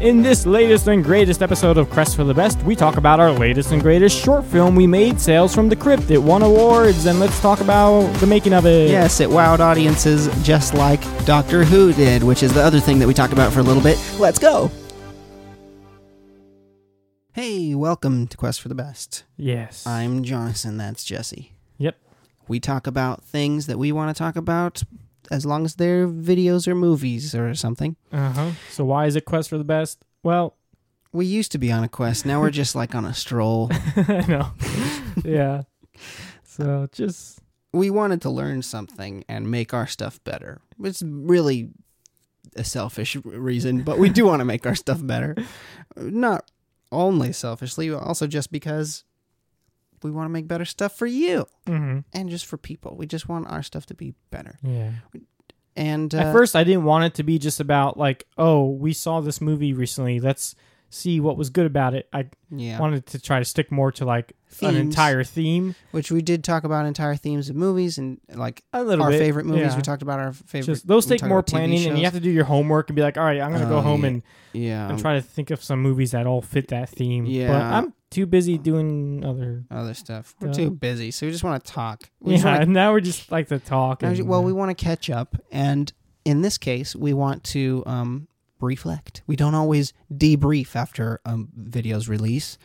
In this latest and greatest episode of Quest for the Best, we talk about our latest and greatest short film we made, Sales from the Crypt. It won awards, and let's talk about the making of it. Yes, it wowed audiences just like Doctor Who did, which is the other thing that we talked about for a little bit. Let's go. Hey, welcome to Quest for the Best. Yes. I'm Jonathan, that's Jesse. Yep. We talk about things that we want to talk about as long as they're videos or movies or something. Uh huh. So why is it Quest for the Best? Well, We used to be on a quest, now we're just like on a stroll. I know. yeah. So just we wanted to learn something and make our stuff better. It's really a selfish reason, but we do want to make our stuff better. Not only selfishly, but also just because we want to make better stuff for you mhm. and just for people. We just want our stuff to be better. yeah. And uh, At first, I didn't want it to be just about like, oh, we saw this movie recently. Let's see what was good about it. I yeah, wanted to try to stick more to like an Themes. entire theme, which we did talk about entire themes of movies and like a little our bit. favorite movies. Yeah. We talked about our favorite. Just those we take talked more about TV planning, and shows. you have to do your homework and be like, all right, I'm gonna go Oh, home yeah. and, yeah and try to think of some movies that all fit that theme. but Yeah. I'm too busy doing other. other stuff. We're Yeah. too busy, so we just want to talk. We just Yeah, wanna now we're just like to talk. Now, And, well, we want to catch up, and in this case, we want to um, reflect. We don't always debrief after a video's release,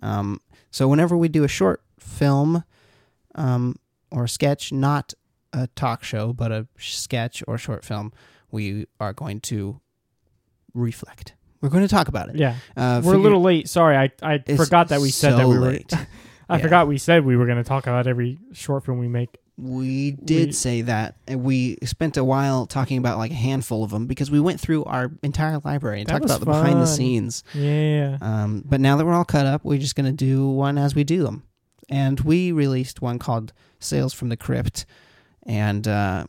um, so whenever we do a short film um, or sketch, not a talk show, but a sketch or short film, we are going to reflect. We're going to talk about it. yeah, Uh, we're a figure- little late. Sorry, I I it's forgot that we said that so we were. late. I Yeah. forgot we said we were going to talk about every short film we make. We did We- say that, and we spent a while talking about like a handful of them because we went through our entire library and That talked was about the behind the fun. scenes. Yeah. Um, but now that we're all cut up, we're just gonna do one as we do them. And we released one called "Sales from the Crypt," and uh,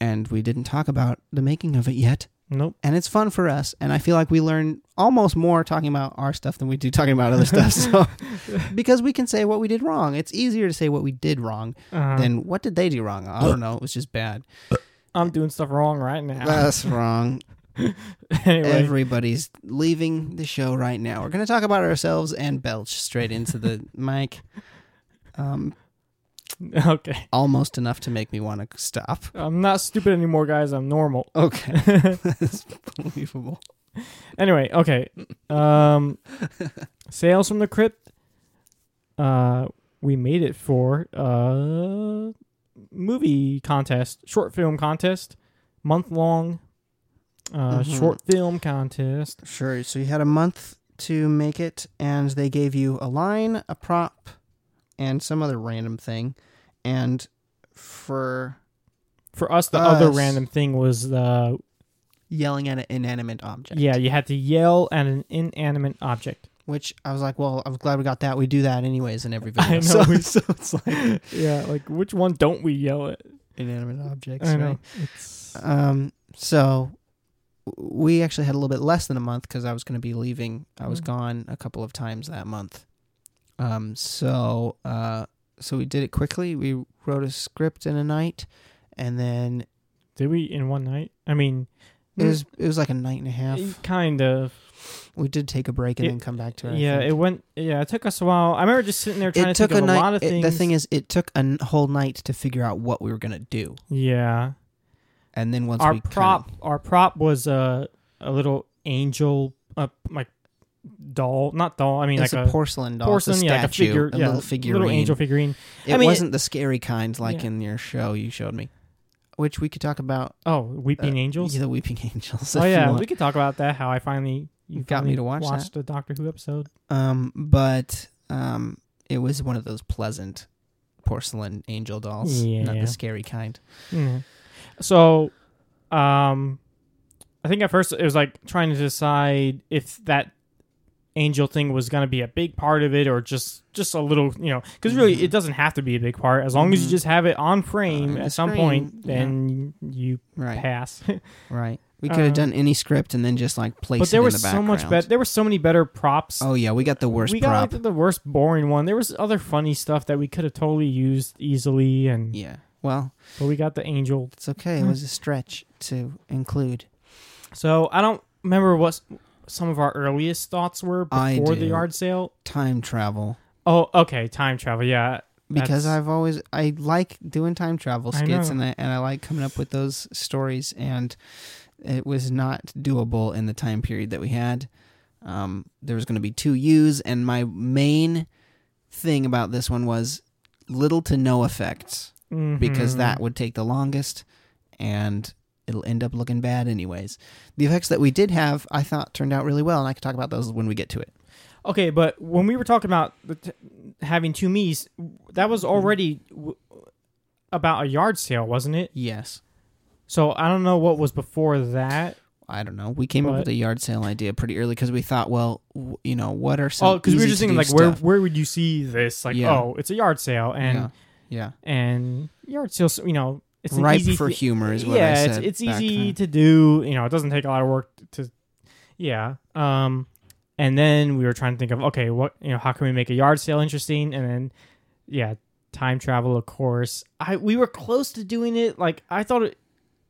and we didn't talk about the making of it yet. Nope. And it's fun for us, and I feel like we learn almost more talking about our stuff than we do talking about other stuff. So because we can say what we did wrong, it's easier to say what we did wrong Uh, then what did they do wrong? I don't know. It was just bad. I'm doing stuff wrong right now. That's wrong. anyway, Everybody's leaving the show right now. We're going to talk about ourselves and belch straight into the mic. Um, okay. almost enough to make me want to stop. I'm not stupid anymore, guys. I'm normal. Okay, that's believable. Anyway, okay. Um, sales from the crypt. Uh, we made it for uh movie contest, short film contest, month long. Uh, Mhm. short film contest. Sure. So you had a month to make it, and they gave you a line, a prop, and some other random thing, and for For us, the other Us. random thing was the yelling at an inanimate object. yeah. You had to yell at an inanimate object. Which I was like, well, I'm glad we got that. We do that anyways in every video. I know, So, we- so it's like yeah, like which one don't we yell at? inanimate objects, I right? know. It's, Um, so w- we actually had a little bit less than a month because I was going to be leaving. I was Mhm. gone a couple of times that month. Um, so uh, so we did it quickly. We wrote a script in a night, and then did we in one night? I mean, it was it was like a night and a half. Mm. it kind of. We did take a break and It- then come back to it. I Yeah, think. it went. Yeah, it took us a while. I remember just sitting there trying It to think took a of a night. lot of it- things. the thing is, it took a n- whole night to figure out what we were gonna do, yeah, and then once our we kinda- prop, our prop was a a little angel, uh, like doll, not doll. I mean, it's like a porcelain doll. porcelain, it's a yeah, like a statue, figure, a yeah, little figurine. little angel figurine. It I mean, wasn't the scary kind like Yeah. in your show you showed me, which we could talk about. Oh, weeping uh, angels. the Weeping Angels. oh if you yeah, want. we could talk about that. How I finally you Got me finally to watch that. watched the Doctor Who episode. Um, but um, it was one of those pleasant porcelain angel dolls, not Yeah. the scary kind. Yeah. Mm-hmm. So, um, I think at first it was like trying to decide if that angel thing was going to be a big part of it or just just a little, you know, because really Mm-hmm. it doesn't have to be a big part as long as you Mhm. just have it on frame On at the some screen, point, Uh, yeah. then you Right, pass. right. We could have Uh, done any script and then just like place but there it in was the so background. much better. There were so many better props. Oh yeah, we got the worst we got prop. like, the worst boring one. There was other funny stuff that we could have totally used easily, and yeah. Well, but we got the angel it's okay. It Mm. was a stretch to include. So I don't remember what some of our earliest thoughts were I before do. the yard sale. time travel Oh, okay, time travel. Yeah, because that's- I've always I like doing time travel I skits know. and I, and I like coming up with those stories and it was not doable in the time period that we had. Um, there was going to be two U's and my main thing about this one was little to no effects because Mhm. that would take the longest and it'll end up looking bad anyways. The effects that we did have I thought turned out really well and I could talk about those when we get to it. Okay, but when we were talking about the t- having two me's, that was Mm-hmm. already w- about a yard sale, wasn't it? Yes. So I don't know what was before that. I don't know. We came up But- with a yard sale idea pretty early because we thought, well, w- you know, what are some? Oh, because we were easy just to thinking do like where stuff? where would you see this? Like Yeah. oh, it's a yard sale, and yeah, yeah. and yard sales, you know, it's an ripe easy for thi- humor is what yeah, I it's- said. it's, back easy then. to do. You know, it doesn't take a lot of work to. Yeah. Um, and then we were trying to think of okay, what you know, how can we make a yard sale interesting? And then, yeah, time travel, of course. I we were close to doing it. Like I thought, it,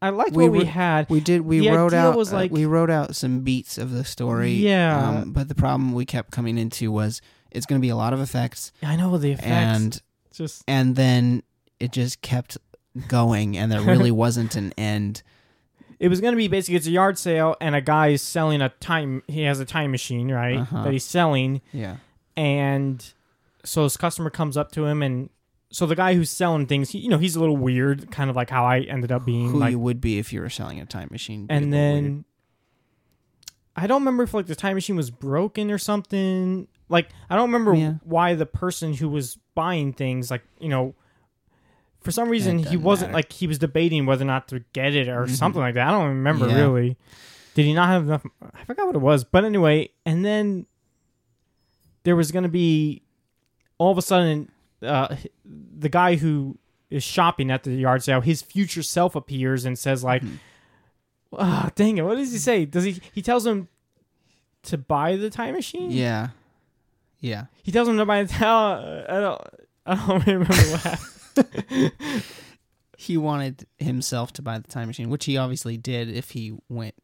I liked We what we were- had. We did. We the wrote idea out. was, uh, like- we wrote out some beats of the story. Yeah. Um, but the problem we kept coming into was it's going to be a lot of effects, I know the effects. and just and then it just kept going, and there really wasn't an end. it was going to be basically it's a yard sale, and a guy is selling a time. He has a time machine, right? Uh-huh. That he's selling, Yeah. and so his customer comes up to him and so the guy who's selling things he, you know he's a little weird kind of like how i ended up being Who like you would be if you were selling a time machine? and People then weird. i don't remember if like the time machine was broken or something like i don't remember Yeah. why the person who was buying things like you know for some reason he doesn't wasn't matter. Mm-hmm. like he was debating whether or not to get it or something like that i don't remember Yeah. really did he not have enough i forgot what it was but anyway and then there was going to be all of a sudden uh, the guy who is shopping at the yard sale his future self appears and says like Mm-hmm. ah dang it what does he say does he he tells him to buy the time machine yeah, yeah. he tells him to buy the time i don't i don't remember what happened. he wanted himself to buy the time machine, which he obviously did if he went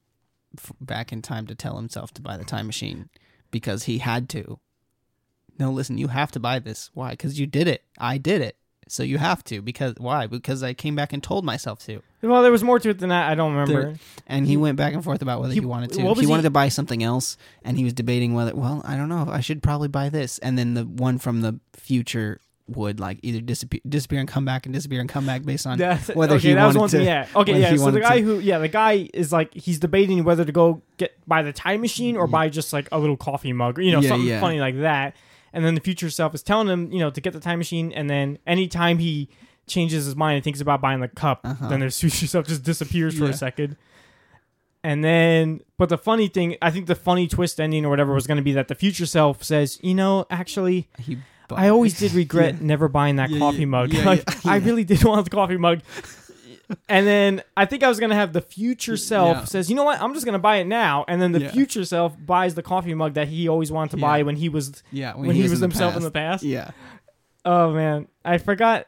f- back in time to tell himself to buy the time machine because he had to. No, listen, you have to buy this. Why? Because you did it. I did it. So you have to. Because why? Because I came back and told myself to. well there was more to it than that i don't remember There- And he, went back and forth about whether he, he- wanted to. what He was he- wanted to buy something else, and he was debating whether. Well, I don't know. I should probably buy this. And then the one from the future would like either disappear, disappear and come back, and disappear and come back based on That's, whether okay, he that was wanted one to. thing. Yeah. Okay. whether Yeah. he So the wanted guy to- who, yeah, the guy is like he's debating whether to go get buy the time machine or Yeah. buy just like a little coffee mug or you know Mm. Yeah, something yeah. funny like that. And then the future self is telling him you know to get the time machine, and then anytime he changes his mind and thinks about buying the cup, Uh-huh. then the future self just disappears for Yeah. a second. And then, but the funny thing, I think the funny twist ending or whatever was going to be that the future self says, you know, actually, He I always did regret never buying that Yeah, coffee yeah, mug. yeah, Like, yeah. I really did want the coffee mug. And then I think I was gonna have the future self Yeah. says, you know what, I'm just gonna buy it now. And then the Yeah. future self buys the coffee mug that he always wanted to Yeah. buy when he was Yeah, when, he, was, himself in the past. Yeah, Oh man, I forgot.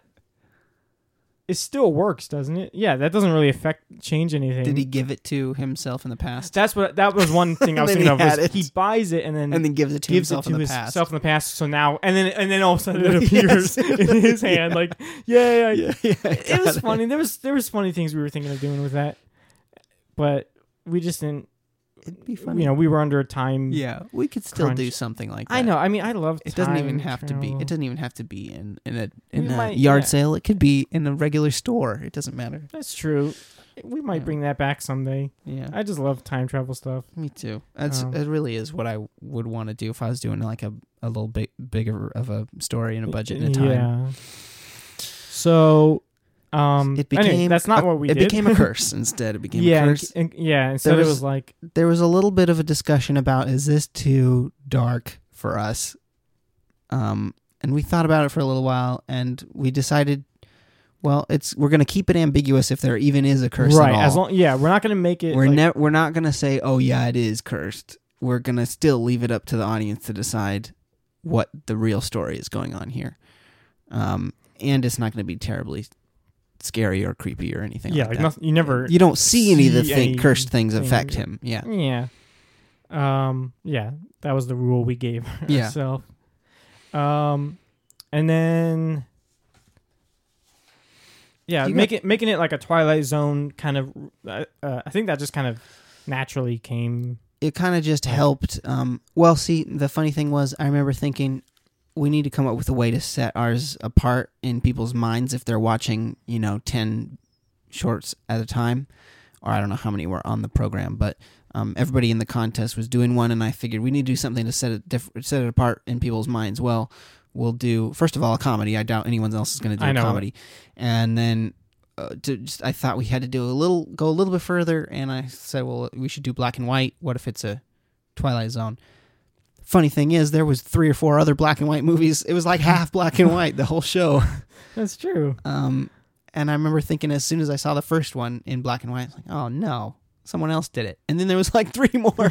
It still works, doesn't it? Yeah, that doesn't really affect change anything. did he give it to himself in the past, That's what that was one thing I was Then thinking he of. Was had it. He buys it and then and then gives it to gives it himself to in the himself past? in the past. So now, and then, and then all of a sudden it appears Yes. in his hand, like, yeah, yeah. yeah. yeah, yeah, It was funny. There was there was funny things we were thinking of doing with that, but we just didn't. It'd be You know, we were under a time. yeah, we could still do crunch. something like that. I know. I mean, I love. It doesn't time even have to be. travel. It doesn't even have to be in in a in We a might- yard yeah. sale. It could be in a regular store. It doesn't matter. That's true. We might Yeah. bring that back someday. Yeah, I just love time travel stuff. me too. That's Um, it. Really is what I would want to do if I was doing like a a little bit bigger of a story and a budget and a time. Yeah. So, um, It anyway, became that's not a- what we It did. became a curse instead. It became yeah, a and- curse. and- yeah. Instead, was- it was like there was a little bit of a discussion about is this too dark for us um and we thought about it for a little while and we decided well it's we're going to keep it ambiguous if there even is a curse right. at all. As long, yeah, we're not gonna make it. we're like, ne- we're not going to say oh yeah it is cursed we're going to still leave it up to the audience to decide what the real story is going on here um and it's not going to be terribly scary or creepy or anything yeah, like like that nothing, you never. you don't see any of the see thing, any cursed things affect thing. him yeah Yeah. Um, yeah, that was the rule we gave Yeah. ourselves. Um, and then, yeah, You got- making making it like a Twilight Zone kind of. Uh, uh, I think that just kind of naturally came. it kind of just helped. Um, well, see, the funny thing was, I remember thinking we need to come up with a way to set ours apart in people's minds if they're watching, you know, 10 shorts at a time, or I don't know how many were on the program, but um, everybody in the contest was doing one, and I figured we need to do something to set it diff- set it apart in people's minds. Well, we'll do first of all a comedy. I doubt anyone else is going to do I a know. comedy, and then. Uh, to just, I thought we had to do a little, go a little bit further, and I said, "Well, we should do black and white. What if it's a Twilight Zone?" Funny thing is, there was three or four other black and white movies. It was like half black and white the whole show. That's true. Um, and I remember thinking as soon as I saw the first one in black and white, I was like, oh no, someone else did it. And then there was like three more,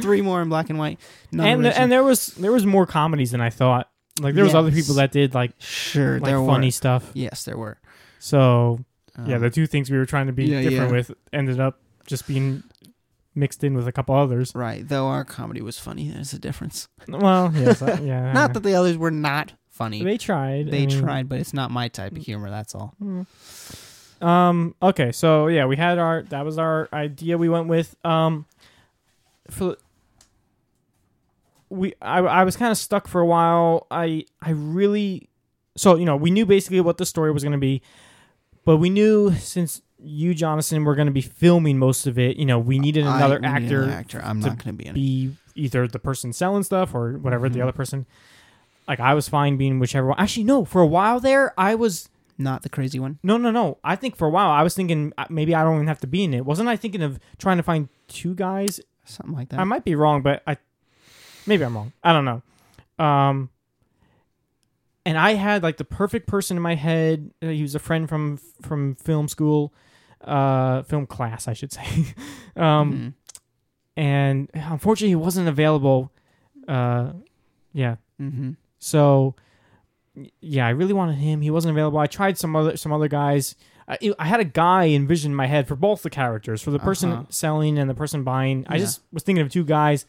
three more in black and white. Not and the, and there was there was more comedies than I thought. Like there was other people Yes. that did like sure, like there funny were. stuff. Yes, there were. So Um, yeah, the two things we were trying to be yeah, different yeah. with ended up just being mixed in with a couple others. right. Though our comedy was funny, there's a difference. Well, yes, I- yeah, Not that the others were not funny. Uh-huh. they tried. I They mean, Mm. tried, but it's not my type of humor. That's all. Um. Okay. So yeah, we had our that was our idea we went with. Um. For we, I, I was kind of stuck for a while. I I really so you know we knew basically what the story was going to be, but we knew since you Jonathan were going to be filming most of it. You know we needed I- another we need actor actor. I'm to not going to be in it. be either the person selling stuff or whatever the Mhm. other person. Like I was fine being whichever one. Actually, no. For a while there, I was Not the crazy one. no, no, no. I think for a while I was thinking uh, maybe I don't even have to be in it. Wasn't I thinking of trying to find two guys? Something like that. I might be wrong, but I maybe I'm wrong. I don't know. Um, and I had like the perfect person in my head. Uh, He was a friend from from film school, uh, film class, I should say. um, Mhm. and unfortunately, he wasn't available. Uh, yeah, Mhm. so y- yeah, I really wanted him. He wasn't available. I tried some other some other guys. I, it- I had a guy envisioned in my head for both the characters, for the person Uh-huh. selling and the person buying. I Yeah. just was thinking of two guys.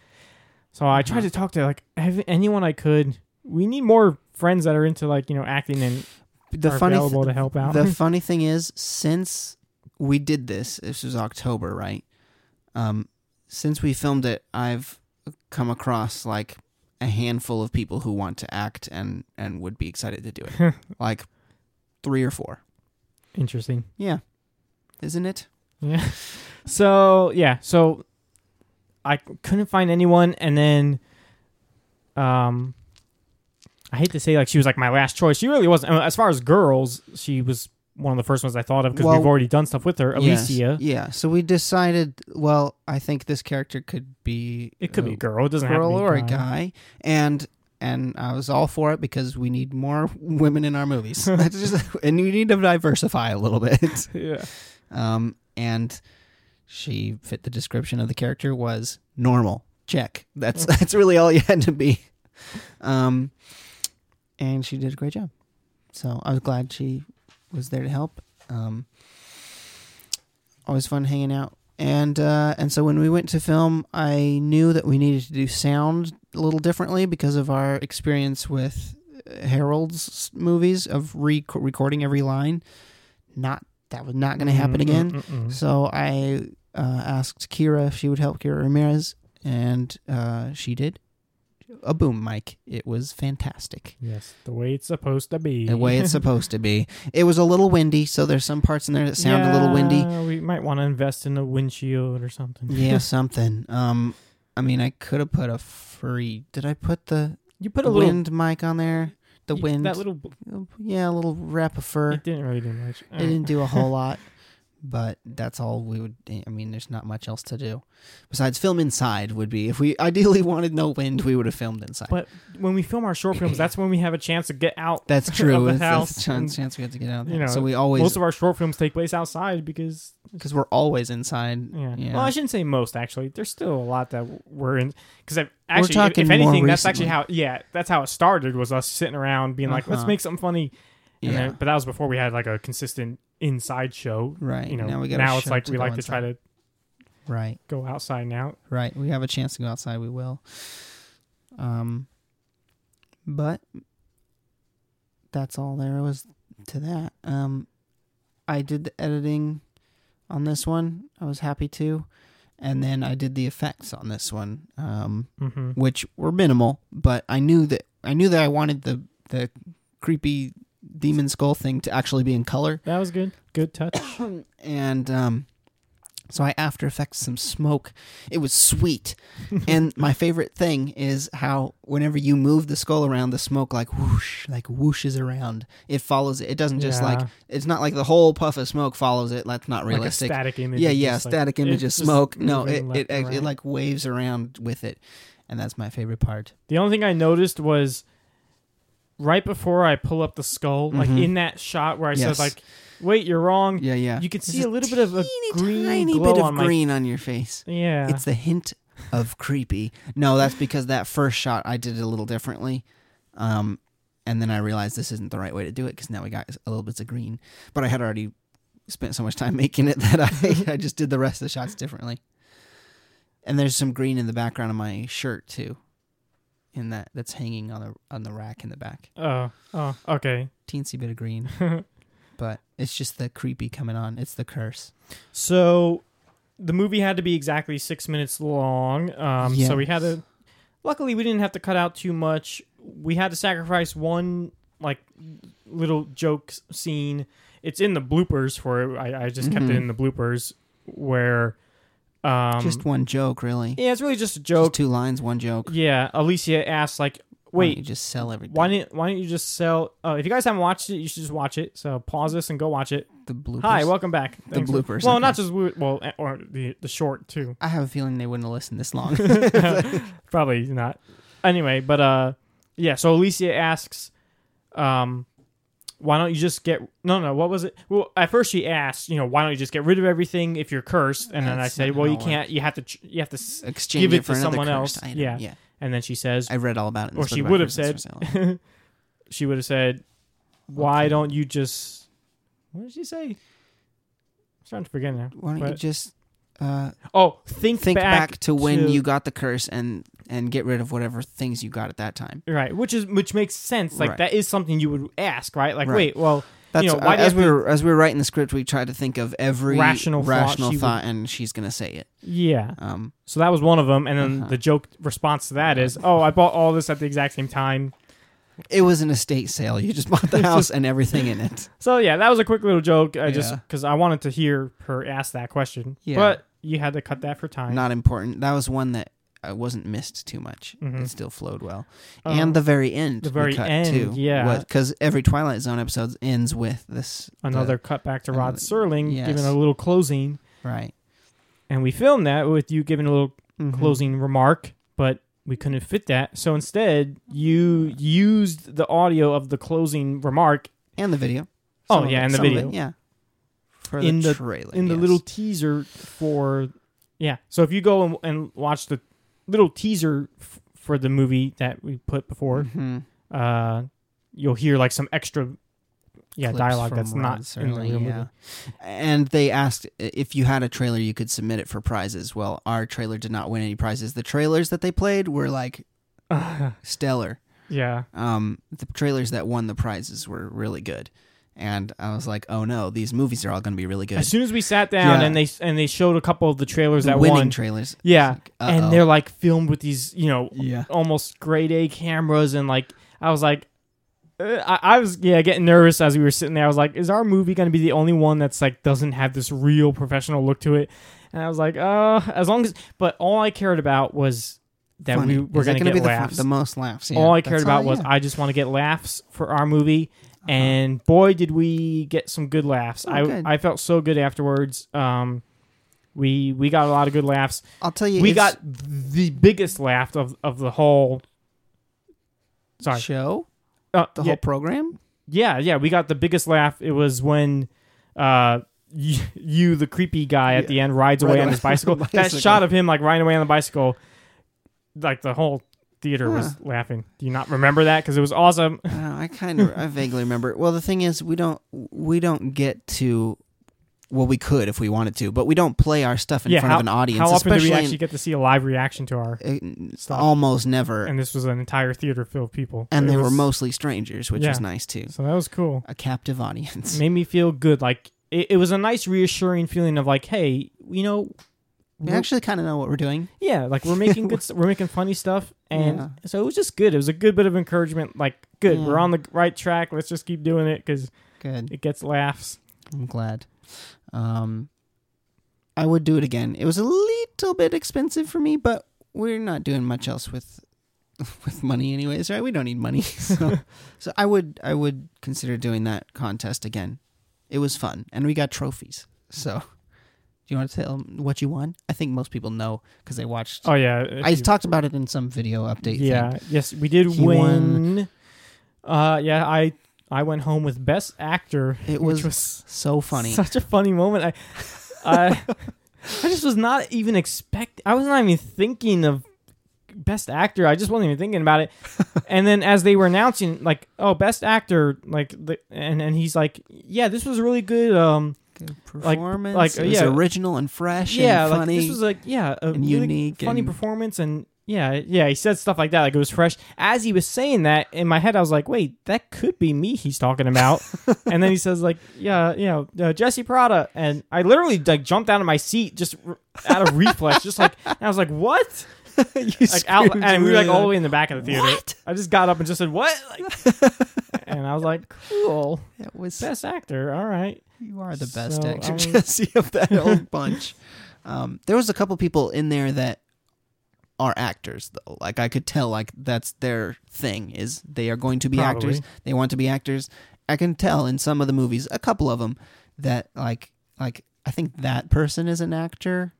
So I tried to Uh-huh. talk to like ev- anyone I could. We need more friends that are into like you know acting and The are funny th- available to help out. The funny thing is, since we did this, this was October, right? Um, since we filmed it, I've come across like a handful of people who want to act and and would be excited to do it, like three or four. Interesting. Yeah, isn't it? Yeah. So yeah, so I c- couldn't find anyone, and then, um, I hate to say like she was like my last choice. She really wasn't. I mean, as far as girls, she was one of the first ones I thought of because Well, we've already done stuff with her, Yes. Alicia. Yeah. So we decided. Well, I think this character could be. It could be uh, a girl. It doesn't have to girl be or a guy. guy, and and I was all for it because we need more women in our movies. That's just, and you need to diversify a little bit. Yeah. Um, and she fit the description of the character was normal. Check. That's that's really all you had to be. Um, and she did a great job. So I was glad she was there to help. Um, always fun hanging out. And uh, and so when we went to film, I knew that we needed to do sound a little differently because of our experience with Harold's movies of re- recording every line. Not that was not going to happen Mm, again. mm, mm, mm. So I uh, asked Kira if she would help Kira Ramirez, and uh, she did. A boom mic. It was fantastic. Yes, the way it's supposed to be. The way it's supposed to be. It was a little windy, so there's some parts in there that sound a little windy. Yeah, We might want to invest in a windshield or something. Yeah, something. Um, I mean, I could have put a free. Did I put the You put a little wind mic on there? The y- wind. That little. bl- yeah, a little wrap of fur. It didn't really do much. It didn't do a whole lot, but that's all we would. I mean, there's not much else to do besides film inside. Would be if we ideally wanted no wind, we would have filmed inside. But when we film our short films, that's when we have a chance to get out. that's of true. the It's, that's house a chance, and, chance we had to get out. There. you know, so we always Most of our short films take place outside because, because we're always inside. yeah. Yeah. Well, I shouldn't say most actually. There's still a lot that we're in because I've actually, if- talking if more anything, that's actually recently. how. Yeah, that's how it started. Was us sitting around being like, let's Uh-huh. make something funny. And yeah. then, but that was before we had like a consistent inside show. right. You know, now we got. now it's like we like to try to Right. go outside and out. Right. We have a chance to go outside. We will. Um, but that's all there was to that. Um, I did the editing on this one. I was happy to, and then I did the effects on this one, um, Mm-hmm. which were minimal. But I knew that I knew that I wanted the the creepy demon skull thing to actually be in color That was good. Good touch. and um, so I After Effects some smoke. It was sweet, and my favorite thing is how whenever you move the skull around, the smoke like whoosh, like whooshes around. It follows it. It doesn't just Yeah. like it's not like the whole puff of smoke follows it. That's not realistic. Like a static image. yeah, It's yeah, just like- static it's image of just smoke. No, moving it it, left and it right. like waves around with it, and that's my favorite part. The only thing I noticed was right before I pull up the skull, like Mhm. in that shot where I Yes. said like, "Wait, you're wrong." Yeah, yeah. You can see There's a little bit of a green tiny glow bit of on my- green on your face. Yeah. It's the hint of creepy. No, that's because that first shot I did it a little differently. Um, and then I realized this isn't the right way to do it because now we got a little bit of green. But I had already spent so much time making it that I, I just did the rest of the shots differently. And there's some green in the background of my shirt too, in that that's hanging on the on the rack in the back. oh, oh, okay. Teensy bit of green, but it's just the creepy coming on. It's the curse. so the movie had to be exactly six minutes long. Um, So we had to. Luckily, we didn't have to cut out too much. We had to sacrifice one like little joke s- scene. It's in the bloopers for it. I, I just kept Mhm. it in the bloopers where. Um, just one joke, really. yeah, it's really just a Just joke. two lines, one joke. yeah, Alicia asks like, Why don't "Wait, you just sell everything. why didn't why don't you just sell? Uh, if you guys haven't watched it, you should just watch it. So pause this and go watch it. The bloopers. Hi, welcome back. The Thanks for- bloopers, Well, okay. not just wo- well, eh, or the the short too. I have a feeling they wouldn't have listened this long. Probably not. Anyway, but uh, yeah. So Alicia asks, um, why don't you just get? No, no. What was it? Well, at first she asked, you know, why don't you just get rid of everything if you're cursed? And then I That's say, not well, how you it can't. You have to. ch- You have to. s- Exchange Give it, it for to another someone cursed else. Item. Yeah. yeah. And then she says, I read all about it. In Or this book she about would have Christmas said- for sale. she would have said, why Okay. don't you just? What did she say? I'm starting to forget now. "Why don't you But- just uh, Oh, think think back, to when to- you got the curse and and get rid of whatever things you got at that time?" Right, which is which makes sense. Like Right. that is something you would ask, right? Like, Right. wait, well, That's uh, know, why do you as have we to- were as we were writing the script, we tried to think of every Rational rational thought rational she thought, would- and she's gonna say it. yeah. Um, So that was one of them, and then Uh-huh. the joke response to that is, "Oh, I bought all this at the exact same time." it was an estate sale. You just bought the house and everything in it. So yeah, that was a quick little joke. I just Yeah. because I wanted to hear her ask that question, Yeah. but you had to cut that for time. Not important. That was one that uh, wasn't missed too much. Mhm. It still flowed well. Uh, and the very end. the very end, yeah. Because every Twilight Zone episode ends with this. the- another cut back to Rod another- Serling Uh, yes. giving a little closing, right. and we filmed that with you giving a little Mhm. closing remark, but we couldn't fit that. So instead, you used the audio of the closing remark And the video. Oh, of yeah, it- and the some of video. it, yeah. For In the- trailer. in the yes. little teaser for yeah so if you go and, and watch the little teaser f- for the movie that we put before Mhm. uh you'll hear like some extra yeah Clips dialogue from that's Rod not in the Serling, real yeah. movie And they asked if you had a trailer, you could submit it for prizes. Well, our trailer did not win any prizes. The trailers that they played were like stellar. yeah um, the trailers that won the prizes were really good, and I was like, oh no, these movies are all going to be really good. as soon as we sat down Yeah. and they and they showed a couple of the trailers that winning won trailers, yeah Uh-oh. and they're like filmed with these you know yeah, almost grade A cameras and like I was like uh, I, I was yeah getting nervous as we were sitting there. I was like, is our movie gonna be the only one that's like doesn't have this real professional look to it? And I was like, uh, as long as but all I cared about was that Funny. we were Is it gonna, gonna get be the, laughs. The, most laughs. yeah. all I cared That's about all, was yeah. Uh-huh. I just want to get laughs for our movie. And boy, did we get some good laughs! Oh, I good. I felt so good afterwards. Um, we we got a lot of good laughs I'll tell you, we it's got the biggest laugh of, of the whole. Sorry, show Uh, the yeah, whole program. yeah, yeah, we got the biggest laugh. It was when, uh, you, you the creepy guy at Yeah. the end rides Right away away on his on bicycle. the That bicycle. shot of him like riding away on the bicycle, like the whole theater was laughing. Do you not remember that? Because it was awesome. Uh, I, don't know, I kind of, I vaguely remember. Well, the thing is, we don't, we don't get to well, we could if we wanted to, but we don't play our stuff in yeah, front how, of an audience. how often do especially we in- actually get to see a live reaction to our uh, stuff? almost never, and, and this was an entire theater filled of people. It they were was- mostly strangers, which Yeah. was nice too. So that was cool. A captive audience. Made me feel good. Like it, it was a nice, reassuring feeling of like, hey, you know, we we're- actually kind of know what we're doing. yeah, like we're making good, st- we're making funny stuff, and Yeah. so it was just good. It was a good bit of encouragement. Like, good, Yeah. we're on the right track. Let's just keep doing it because Good. it gets laughs. I'm glad. Um, I would do it again. It was a little bit expensive for me, but we're not doing much else with with money, anyways, right? We don't need money, so so I would I would consider doing that contest again. It was fun, and we got trophies. So, do you want to tell 'em what you won? I think most people know because they watched. Oh yeah, if I you- talked about it in some video update. thing. Yeah, yes, we did He won. win. Uh, yeah, I I went home with best actor. it which was, was so funny. Such a funny moment. I, I, I just was not even expect. I was not even thinking of best actor. I just wasn't even thinking about it. and then as they were announcing, like, oh, best actor, like, the, and and he's like, yeah, this was really good. Um, Good like- performance, like, it was yeah. original and fresh, yeah, and like funny this was like, yeah, a and really unique, funny and- performance and. Yeah, yeah, he said stuff like that, like it was fresh. As he was saying that, in my head, I was like, "Wait, that could be me." He's talking about, and then he says like, "Yeah, you know, uh, Jesse Prada," and I literally like jumped out of my seat just r- out of reflex, just like and I was like, "What?" Like out, and we were like all the way in the back of the theater. What? I just got up and just said, "What?" Like, and I was like, "Cool, That was best actor, all right." you are the best So, actor, um, Jesse, of that whole bunch. Um, there was a couple people in there that are actors, though. Like I could tell, like that's their thing is they are going to be Probably. actors. They want to be actors. I can tell in some of the movies, a couple of them, that like like I think that person is an actor,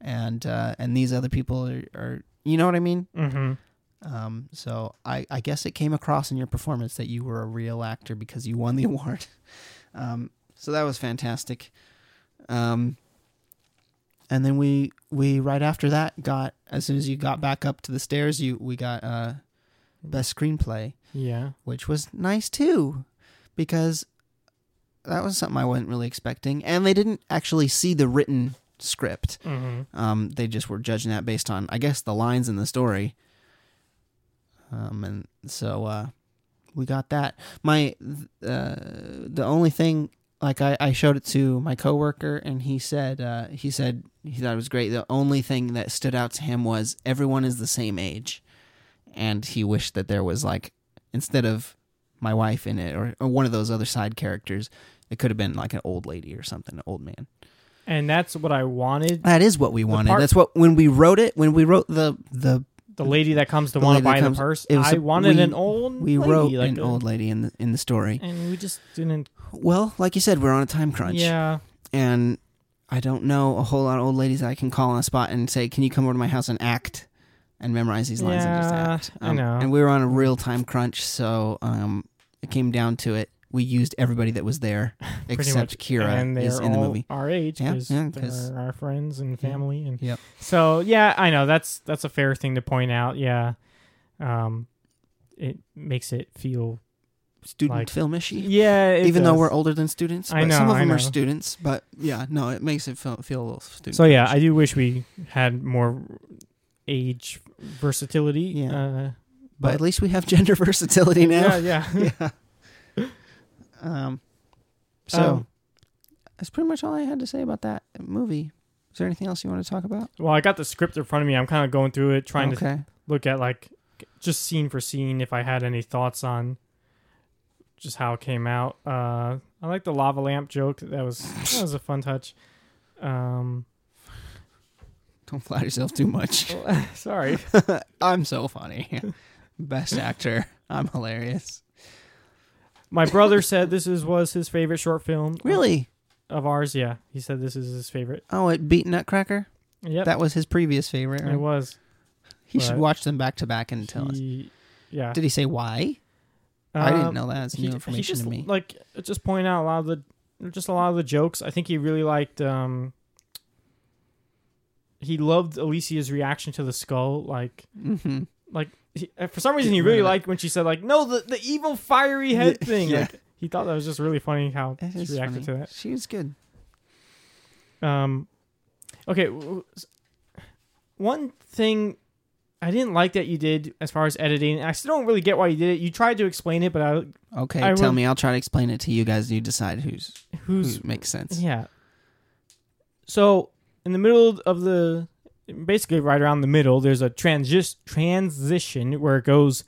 and uh, and these other people are, are you know what I mean. Mm-hmm. Um, so I, I guess it came across in your performance that you were a real actor because you won the award. Um, so that was fantastic. Um, and then we we right after that got as soon as you got back up to the stairs, you we got uh, best screenplay, Yeah, which was nice too, because that was something I wasn't really expecting. And they didn't actually see the written script. mm-hmm. Um, they just were judging that based on, I guess, the lines in the story. Um, and so uh, we got that. My th- uh, the only thing, like I, I showed it to my coworker, and he said uh, he said he thought it was great. The only thing that stood out to him was everyone is the same age, and he wished that there was like instead of my wife in it or, or one of those other side characters, it could have been like an old lady or something, an old man. and that's what I wanted. That is what we wanted. part- That's what when we wrote it, when we wrote the the The lady that comes to The want to lady that buy comes- the purse. it was I a- wanted we- an old. we lady, wrote like an a- old lady in the in the story. and we just didn't. Well, like you said, we're on a time crunch, Yeah, and I don't know a whole lot of old ladies that I can call on a spot and say, "Can you come over to my house and act?" And memorize these lines and just Yeah, act. I Um, know. And we were on a real time crunch, so um, it came down to it. We used everybody that was there, pretty except much. Kira and they're is in the all movie. Our age, Yeah, because yeah, 'cause- they're our friends and Yeah. family, and Yep. so yeah, I know that's that's a fair thing to point out. Yeah, um, it makes it feel. Student like- filmishy. Yeah, it even though does. we're older than students. But I know, Some of I them are know. students, but yeah, no, it makes it feel, feel a little student. So yeah, I do wish we had more age versatility. Yeah. uh, but at least we have gender versatility now. Yeah, yeah. Yeah. Um. So Um, that's pretty much all I had to say about that movie. Is there anything else you want to talk about? well, I got the script in front of me. I'm kind of going through it, trying to okay. look at like just scene for scene if I had any thoughts on just how it came out. Uh, I like the lava lamp joke. That was that was a fun touch. Um, Don't flatter yourself too much. sorry. I'm so funny. Best actor. I'm hilarious. My brother said this is was his favorite short film. Really? Of ours, yeah. He said this is his favorite. Oh, it beat Nutcracker. Yep. That was his previous favorite. it Right? was. He should Right. watch them back to back and tell us. He- yeah. Did he say why? I Um, didn't know that. That's He- new he information just, to me. Like just point out a lot of the just a lot of the jokes. I think he really liked um he loved Alicia's reaction to the skull. Like mm-hmm. like he, uh, for some reason Get he rid really of it. liked when she said like no the the evil fiery head Yeah, thing. yeah. Like he thought that was just really funny how It she is reacted funny. to that. She was good. Um, okay, w- w- s- one thing I didn't like that you did as far as editing. I still don't really get why you did it. You tried to explain it, but I Okay, I tell will- me. I'll try to explain it to you guys. You decide who's who's who makes sense. Yeah. So in the middle of the, basically right around the middle, there's a transi- transition where it goes,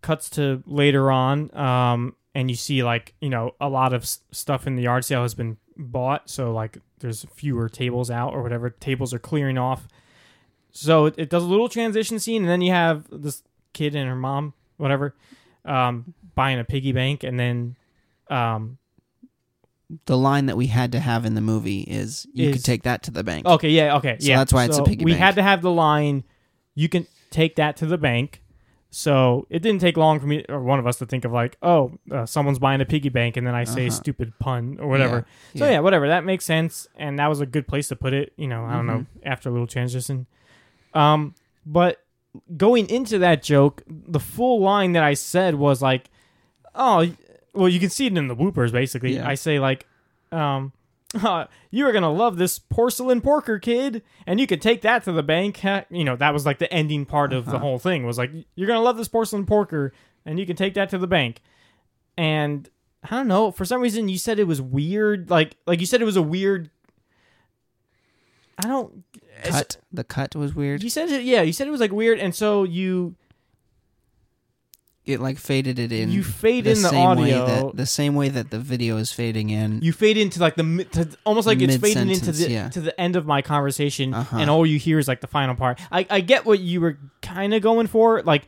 cuts to later on, um, and you see like you know a lot of s- stuff in the yard sale has been bought, so like there's fewer tables out or whatever tables are clearing off. So it, it does a little transition scene, and then you have this kid and her mom, whatever, um, buying a piggy bank, and then um, The line that we had to have in the movie is you Is- Oh, could take that to the bank. Okay, yeah, okay. So yeah. that's why it's a So piggy We bank. had to have the line, you can take that to the bank. So it didn't take long for me or one of us to think of like, oh, uh, someone's buying a piggy bank, and then I say Uh-huh. stupid pun or whatever. Yeah, So yeah. yeah, whatever. That makes sense, and that was a good place to put it. You know, I don't Mm-hmm. know after a little transition. Um, but going into that joke, the full line that I said was like, oh, well, you can see it in the bloopers. Basically, Yeah. I say like, um. you are gonna love this porcelain porker kid, and you could take that to the bank. Ha- You know that was like the ending part Uh-huh. of the whole thing. Was like you're gonna love this porcelain porker, and you can take that to the bank. And I don't know. For some reason, you said it was weird. Like like you said it was a weird. I don't. it's- Cut. The cut was weird. You said it. Yeah, you said it was like weird, and so you It like faded it in. you fade in the same audio. Way that, the same way that the video is fading in. you fade into like the mi- to, almost like it's fading into Mid-sentence, the yeah. to the end of my conversation, Uh-huh. and all you hear is like the final part. I I get what you were kind of going for, like,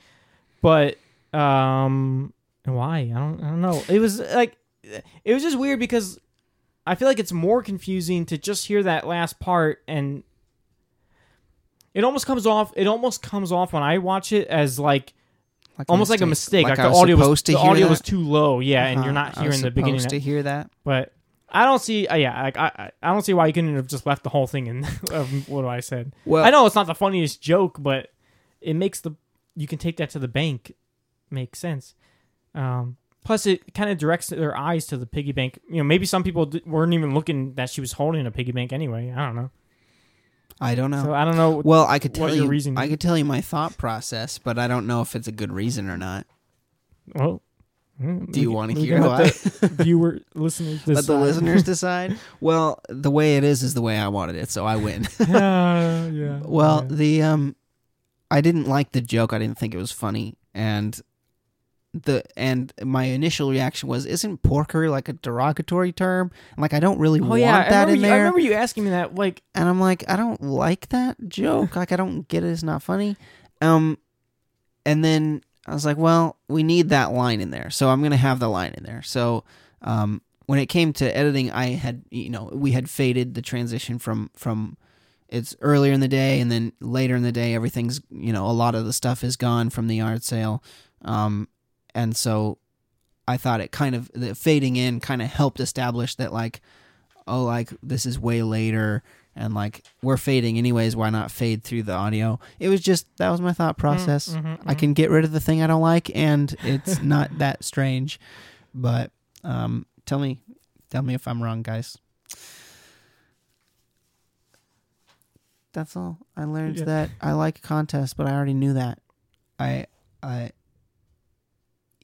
but um, why? I don't I don't know. It was like it was just weird because I feel like it's more confusing to just hear that last part and it almost comes off. It almost comes off when I watch it as like like almost like a mistake. Like, I the was audio was supposed to the hear audio that. was too low. Yeah, and Uh-huh. you're not I was hearing the beginning. Supposed to hear that. But I don't see. Uh, yeah, like I, I, I don't see why you couldn't have just left the whole thing in. of what I said. Well, I know it's not the funniest joke, but it makes the you can take that to the bank make sense. Um, plus, it kind of directs their eyes to the piggy bank. You know, maybe some people d- weren't even looking that she was holding a piggy bank anyway. I don't know. I don't know. So I don't know. well, I could what tell your you. reasoning- I could tell you my thought process, but I don't know if it's a good reason or not. Well, mm, Do you we- want to we hear can let why? the Viewer, listeners, Let the decide. listeners decide. Well, the way it is is the way I wanted it, so I win. Ah, yeah. well, yeah. the um, I didn't like the joke. I didn't think it was funny, and the and my initial reaction was, "Isn't porker like a derogatory term? Like I don't really oh want yeah, I that remember, in you, there." I remember you asking me that. Like, and I'm like, I don't like that joke. like, I don't get it. It's not funny. Um, and then I was like, well, we need that line in there, so I'm gonna have the line in there. So, um, when it came to editing, I had, you know, we had faded the transition from from it's earlier in the day, and then later in the day, everything's, you know, a lot of the stuff is gone from the yard sale, um, and so. I thought it kind of the fading in kind of helped establish that like oh like this is way later and like we're fading anyways why not fade through the audio it was just that was my thought process mhm, i can get rid of the thing i don't like and it's not that strange but um tell me tell me if i'm wrong guys that's all i learned Yeah. that i like contests but i already knew that i i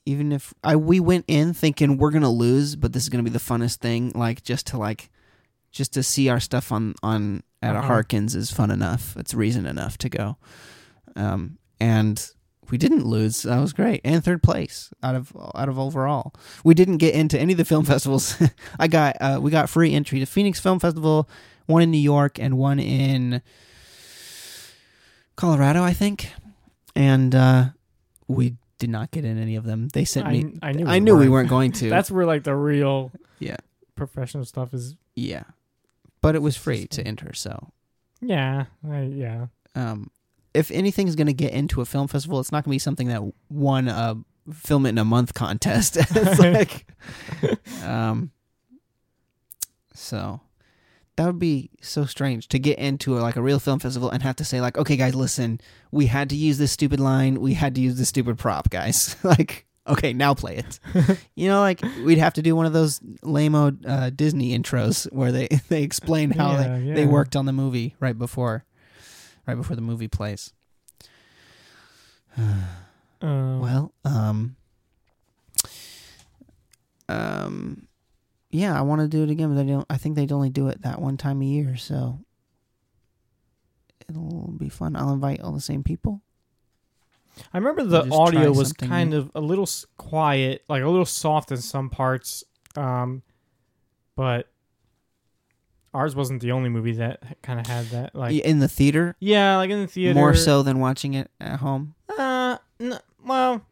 even if I we went in thinking we're gonna lose, but this is gonna be the funnest thing, like just to like just to see our stuff on on at a Mhm. Harkins is fun enough. It's reason enough to go. Um, and we didn't lose. That was great. And third place out of out of overall. We didn't get into any of the film festivals. I got uh, we got free entry to Phoenix Film Festival, one in New York and one in Colorado, I think. And uh, we did not get in any of them. They sent I, me. I knew. I knew we weren't. weren't going to. That's where like the real Yeah. professional stuff is. yeah, but it was free to enter. So Yeah, I, yeah. um, if anything's going to get into a film festival, it's not going to be something that won a film it in a month contest. it's like, um, so that would be so strange to get into a, like a real film festival and have to say like, okay, guys, listen, we had to use this stupid line, we had to use this stupid prop, guys. like, Okay, now play it. you know, like we'd have to do one of those lame uh, Disney intros where they they explain how Yeah, they, yeah. they worked on the movie right before, right before the movie plays. Uh, Well, um, um, yeah, I want to do it again, but I don't. I think they'd only do it that one time a year, so it'll be fun. I'll invite all the same people. I remember the just try audio was something kind new. of a little s- quiet, like a little soft in some parts. Um, but ours wasn't the only movie that kind of had that. Like, yeah. in the theater, like in the theater, more so than watching it at home. Uh, n- well,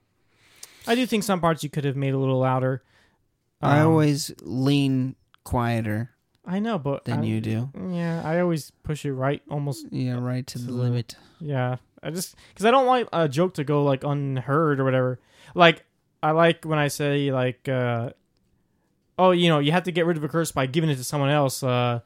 I do think some parts you could have made a little louder. I Um, always lean quieter I know, but than I- you do. Yeah, I always push it right, almost. Yeah, right to the So- limit. Yeah, I just because I don't want a joke to go like unheard or whatever. Like I like when I say like, uh, oh, you know, you have to get rid of a curse by giving it to someone else. Uh,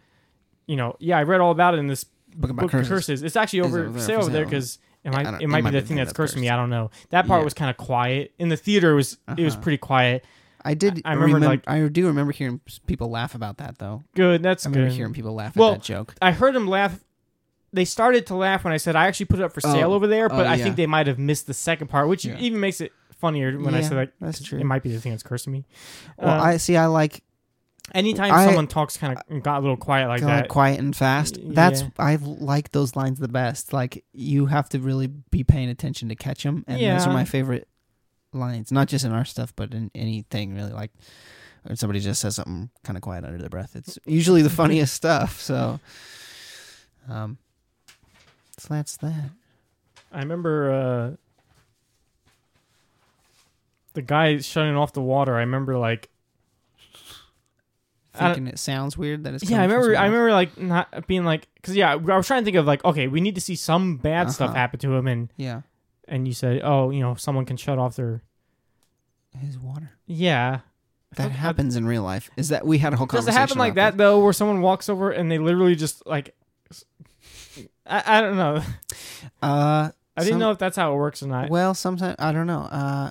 you know, yeah, I read all about it in this Book about book curses. curses. curses. It's actually Is over over there say for over there sale. because it Yeah, I might don't- it might be the thing that's cursing me. I don't know. That part Yeah. was kind of quiet in the theater. Was it was Uh-huh. pretty quiet. I did. I- I I remember. remember, like- I do remember hearing people laugh about that, though. Good, that's I remember good. hearing people laugh Well, at that joke. I heard them laugh. They started to laugh when I said I actually put it up for Oh. sale over there, but Oh, I yeah. think they might have missed the second part, which Yeah. even makes it funnier when I Yeah, said like that's 'cause true. It might be the thing that's cursing me. Well, Uh, I see. I like anytime I- someone talks kind of got a little quiet like kinda that, quiet and fast. Y- That's yeah. I like those lines the best. Like you have to really be paying attention to catch them, and those are Yeah. my favorite lines. Not just in our stuff, but in anything really. Like when somebody just says something kind of quiet under their breath. It's usually the funniest stuff. So, um, so that's that. I remember uh, the guy shutting off the water. I remember like I don't- Thinking it sounds weird that it's yeah, I coming from remember. I someone else. remember like not being like because yeah, I was trying to think of like okay, we need to see some bad stuff Uh-huh. happen to him, and Yeah, and you said oh you know someone can shut off their his water. yeah. That happens. happens in real life. Is that we had a whole Does conversation? it happen like about that though, where someone walks over and they literally just like, I, I don't know. that. Uh, I didn't Some- know if that's how it works or not. Well, sometimes I don't know. Uh,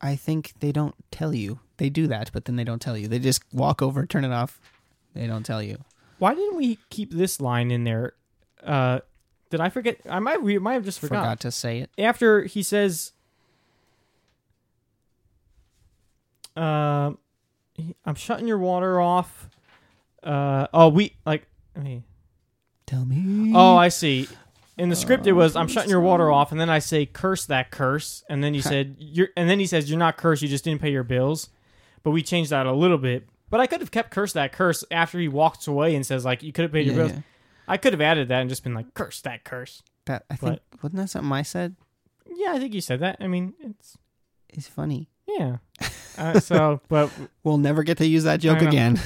I think they don't tell you. They do that, but then they don't tell you. They just walk over, turn it off. They don't tell you. Why didn't we keep this line in there? Uh, did I forget? I might we might have just Forgot, forgot. to say it. After he says, uh, he- "I'm shutting your water off." Uh, oh, we like. I mean, Tell me. Oh, I see. In the script, it Oh, was I'm shutting your water sorry. off, and then I say curse that curse, and then you said you're, and then he says you're not cursed, you just didn't pay your bills. But we changed that a little bit. But I could have kept curse that curse after he walks away and says like you could have paid yeah, your bills. yeah. I could have added that and just been like curse that curse. That I think wasn't that something I said? Yeah, I think you said that. I mean, it's It's funny. yeah. Uh, so, but We'll never get to use that joke know. again.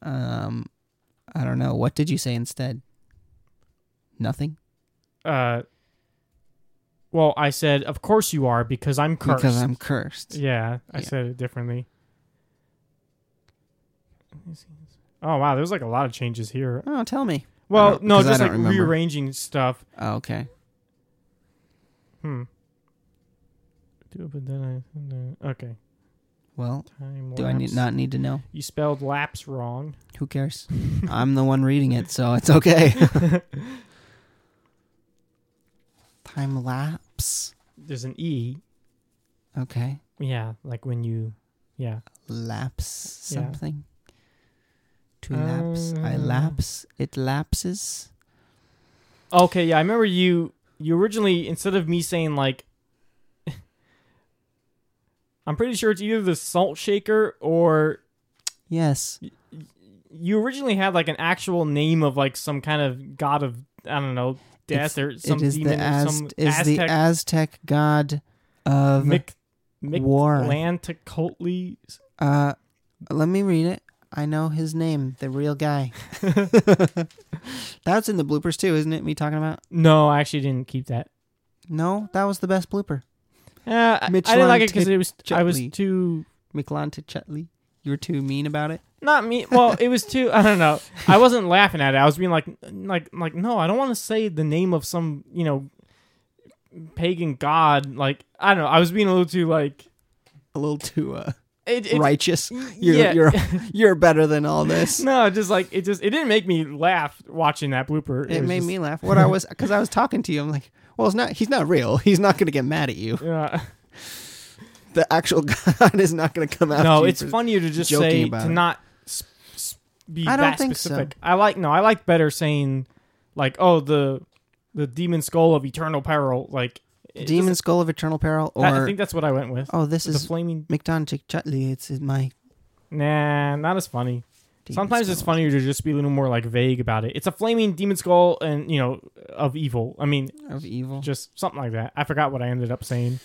um, I don't know. What did you say instead? Nothing. uh, well, I said of course you are because I'm cursed. Because I'm cursed. Yeah, I Yeah. said it differently. Oh wow, there's like a lot of changes here. Oh, tell me. Well, don't- no, 'cause I just don't like remember. rearranging stuff. Oh, okay. Hmm. Do it, but then I no. okay. Well, Time do I need lapse. not need to know? You spelled lapse wrong. Who cares? I'm the one reading it, so it's okay. Time lapse. There's an e. Okay. Yeah, like when you. Yeah. Lapse Yeah. something. To lapse. I Uh. lapse. It lapses. Okay. Yeah, I remember you. You originally instead of me saying like. I'm pretty sure it's either the salt shaker or Yes. you originally had like an actual name of like some kind of god of I don't know death It's- or some it is demon the or Az- some is Aztec the Aztec god of Mic- war. Mictlantecuhtli. uh let me read it. I know his name, the real guy. That's in the bloopers too, isn't it? Me talking about No, I actually didn't keep that. No, that was the best blooper. Uh, I, I didn't like it because it was I was Mictlantecuhtli. too Miklanta Chetley. You were too mean about it. not me. Well, it was too. I don't know. I wasn't laughing at it. I was being like, like, like, no, I don't want to say the name of some you know pagan god. Like I don't know. I was being a little too like a little too uh, it, it, righteous. You're you're you're better than all this. no, just like it just it didn't make me laugh watching that blooper. It was made just- me laugh. What I was because I was talking to you, I'm like, well, it's not. He's not real. He's not going to get mad at you. Yeah. The actual God is not going to come after you. no, it's for- funnier to just joking say about to it. not s- s- be I don't that think so. specific. I like no, I like better saying like oh the the demon skull of eternal peril like it Demon doesn't- Skull of Eternal Peril, or that- I think that's what I went with. oh, this the is flaming McDonald Chick Chutley. It's my. nah, not as funny. demon Sometimes it's skull. funnier to just be a little more like vague about it. It's a flaming demon skull and you know of evil. I mean, of evil. just something like that. I forgot what I ended up saying.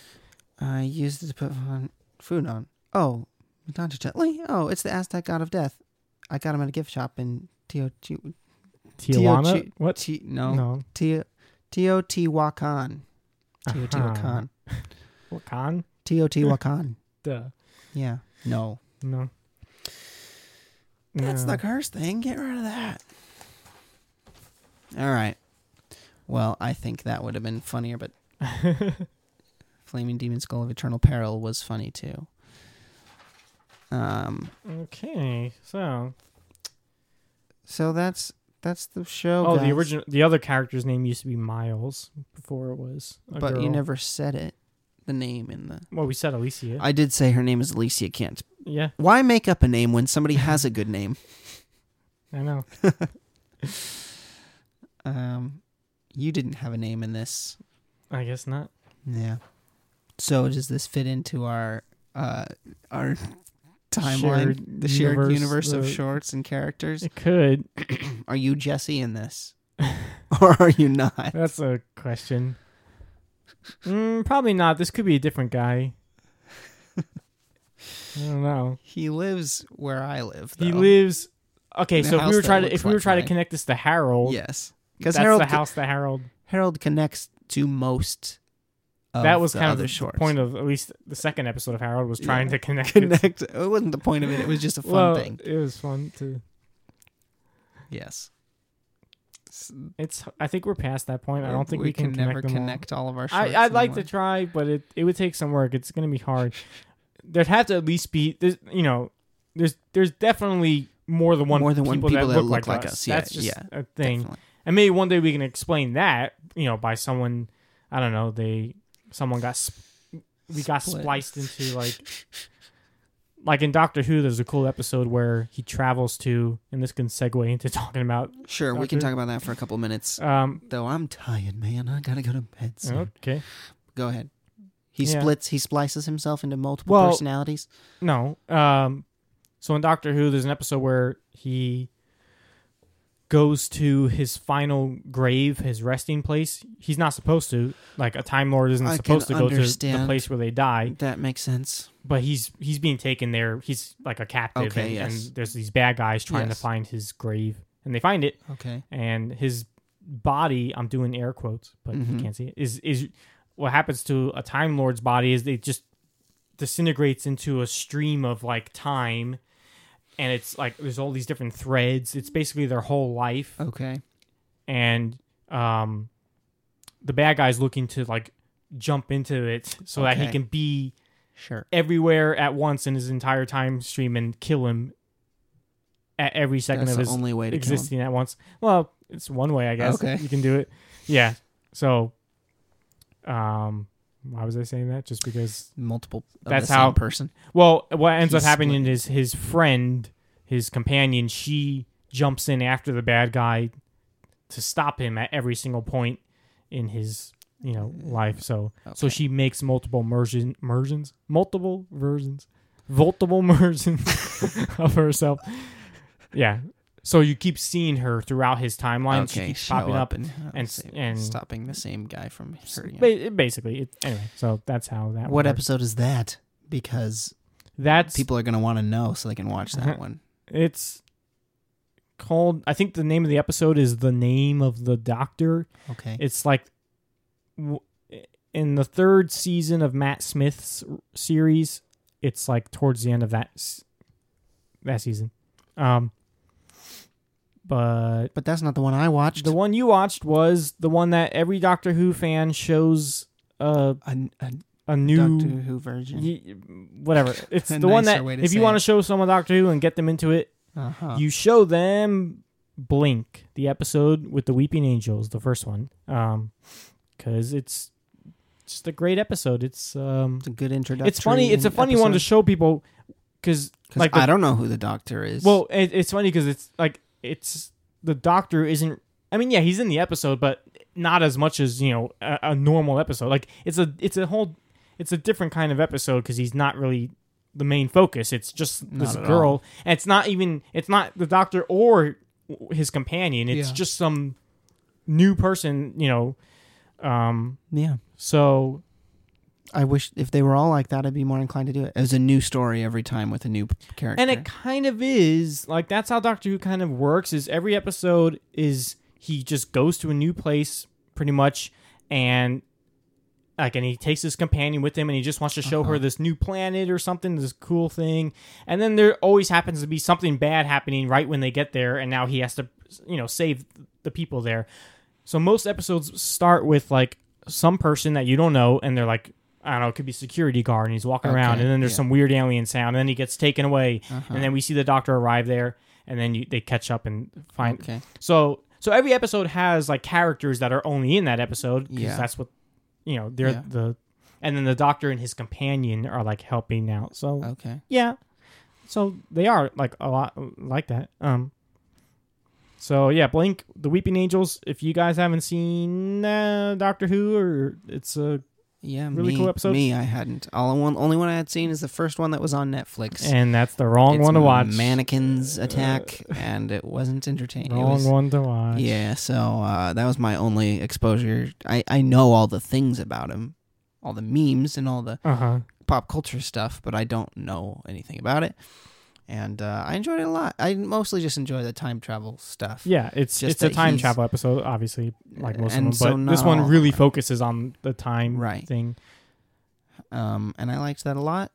I used it to put on food on. Oh, McDonald Chick Chutley. Oh, it's the Aztec God of Death. I got him at a gift shop in Teo Tijuana. Teo- what? T no no. Teo Teotihuacan. Uh-huh. Teotihuacan. What con? Teotihuacan. Duh. Yeah. No. No. That's No. the curse thing. Get rid of that. All right. Well, I think that would have been funnier, but Flaming Demon Skull of Eternal Peril was funny too. Um. Okay, so So that's that's the show. oh, the guys. original, the other character's name used to be Miles before it was. A But you girl. never said it. The name in the. Well, we said Alicia. I did say her name is Alicia Kent. yeah, Why make up a name when somebody has a good name? I know. Um, you didn't have a name in this. I guess not. Yeah. So does this fit into our uh our timeline, Shared the shared universe, universe, uh, of the- shorts and characters? It could. Are you Jesse in this, or are you not? That's a question. Mm, probably not. This could be a different guy. I don't know. He lives where I live. Though. He lives. Okay, The so if house we were that trying to looks if we were like trying mine. to connect this to Harold, Yes, because that's Harold the house that Harold. Harold connects to most. Of that was the kind of other the shorts. point of at least the second episode of Harold was trying Yeah. to connect. it to- Connect. It wasn't the point of it. It was just a fun thing. It was fun too. Yes. S- It's. I think we're past that point. I don't think we, can, connect never them all. connect all of our. Shorts I, I'd like anymore. to try, but it, it would take some work. It's gonna be hard. There'd have to at least be there's you know there's there's definitely more than one More than one people people that, look, like, us. Yeah, That's just yeah, a thing. Definitely. And maybe one day we can explain that you know by someone I don't know they someone got sp- we got Split. spliced into like like in Doctor Who there's a cool episode where he travels to and this can segue into talking about Sure, we can Doctor. talk about that for a couple minutes. um Though I'm tired, man. I gotta go to bed. soon. okay Go ahead. He Yeah. splits. He splices himself into multiple Well- personalities. No. Um, so in Doctor Who, there's an episode where he goes to his final grave, his resting place. He's not supposed to. Like a Time Lord isn't I supposed to can go to understand. the place where they die, That makes sense. but he's he's being taken there. He's like a captive, Okay, and, yes. and there's these bad guys trying Yes. to find his grave, and they find it, Okay. and his body. I'm doing air quotes, but Mhm. you can't see it. Is is what happens to a Time Lord's body is they just disintegrates into a stream of like time and it's like there's all these different threads it's basically their whole life Okay. and um the bad guy's looking to like jump into it so that he Okay. can be Sure. everywhere at once in his entire time stream and kill him at every second That's of the his only way to kill him. existing at once well it's one way i guess Okay. you can do it yeah so um why was i saying that just because Multiple. Of That's the same how- person. well, what ends He's up happening is his friend, his companion, she jumps in after the bad guy to stop him at every single point in his you know life. So so Okay. she makes multiple mersion mersions, multiple versions, multiple mersions of herself. Yeah. So you keep seeing her throughout his timeline. she okay. keeps show popping up. and and- sa- and- stopping the same guy from hurting. Him. Ba- Basically, it, anyway. So that's how that. What works. episode is that? Because That's people are gonna want to know, so they can watch that Uh-huh. one. It's called. I think the name of the episode is the name of the doctor. Okay. It's like w- in the third season of Matt Smith's series. It's like towards the end of that s- that season. Um, but but that's not the one I watched. the one you watched was the one that every Doctor Who fan shows uh, A, a a new Doctor Who version. Ye- whatever. It's A the one nicer that way to if you say want it. to show someone Doctor Who and get them into it, uh-huh. you show them Blink, the episode with the Weeping Angels, the first one, because it's just a great episode. It's um, it's a good introduction. it's funny. It's a funny one to show people because like the I don't know who the Doctor is. well, it, it's funny because it's like it's the doctor isn't. I mean, yeah, he's in the episode, but not as much as you know a, a normal episode. Like it's a it's a whole it's a different kind of episode because he's not really the main focus. It's just Not this at girl, and it's not even it's not the doctor or his companion. It's Yeah. just some new person, you know. Um, yeah. so I wish if they were all like that, I'd be more inclined to do it. As a new story every time with a new p- character. and it kind of is like that's how doctor who kind of works is every episode is he just goes to a new place pretty much and like and he takes his companion with him and he just wants to show Uh-huh. her this new planet or something this cool thing and then there always happens to be something bad happening right when they get there and now he has to you know save the people there so most episodes start with like some person that you don't know, and they're like, I don't know, it could be security guard, and he's walking around, Okay, and then there's yeah. some weird alien sound, and then he gets taken away, and then we see the doctor arrive there, and then you, they catch up and find. okay. So so every episode has like characters that are only in that episode because Yeah. that's what you know they're Yeah. the, and then the doctor and his companion are like helping out. So Okay. yeah. So they are like a lot like that. Um So yeah, Blink, The Weeping Angels, if you guys haven't seen uh, Doctor Who or it's a Yeah. Really me, cool episode. Me, I hadn't. All one, only one I had seen is the first one that was on Netflix. and that's the wrong It's one to watch. Mannequins attack, and it wasn't entertaining. It wrong was- one to watch. Yeah, so uh, that was my only exposure. I, I know all the things about him, all the memes and all the Uh-huh. pop culture stuff, but I don't know anything about it. And uh, I enjoyed it a lot. I mostly just enjoy the time travel stuff. Yeah, it's Just it's a that time he's- travel episode, obviously, like most And of so them. But not this one all- really focuses on the time Right. thing. Um, and I liked that a lot.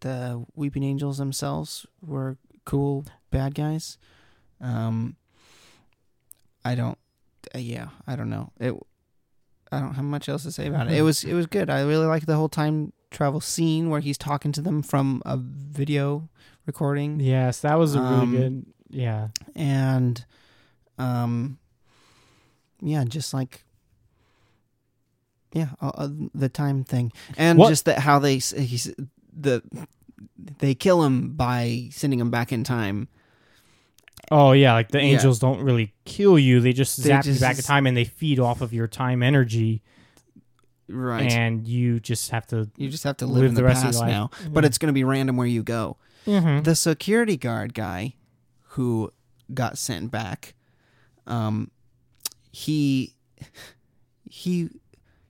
The Weeping Angels themselves were cool bad guys. Um, I don't. Uh, yeah, I don't know. It. I don't have much else to say about it. It was it was good. I really liked the whole time travel scene where he's talking to them from a video recording, Yes, that was a really Um, good yeah. and um, yeah, just like. Yeah, uh, uh, the time thing, and What- just that how they s- he's the they kill him by sending him back in time. Oh yeah, like the Yeah. angels don't really kill you; they just They zap you just- back in time, and they feed off of your time energy, Right, and you just have to. you just have to live, live in the the, rest of your past life. now, but it's going to be random where you go. Mhm. The security guard guy who got sent back, um, he he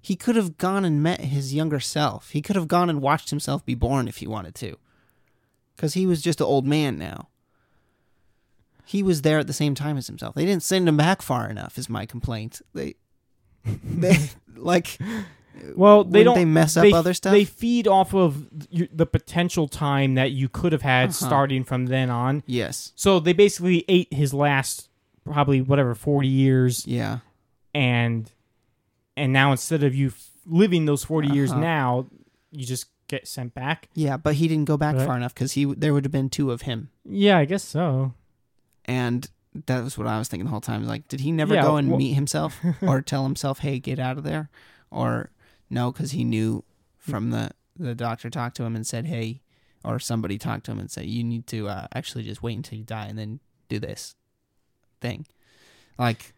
he could have gone and met his younger self. He could have gone and watched himself be born if he wanted to, because he was just an old man now. He was there at the same time as himself. They didn't send him back far enough. Is my complaint. They they like Well, they wouldn't don't. they mess up other stuff? They feed off of y- the potential time that you could have had Uh-huh. starting from then on. yes So they basically ate his last probably whatever forty years, yeah and and now instead of you f- living those 40 years Uh-huh. now, you just get sent back. yeah, but he didn't go back Right. far enough because he there would have been two of him. Yeah, I guess so. and that was what I was thinking the whole time. Like, did he never Yeah, go and wha- meet himself or tell himself, "Hey, get out of there," or no, because he knew from the the doctor talked to him and said, "Hey," or somebody talked to him and said, "You need to uh, actually just wait until you die and then do this thing." Like,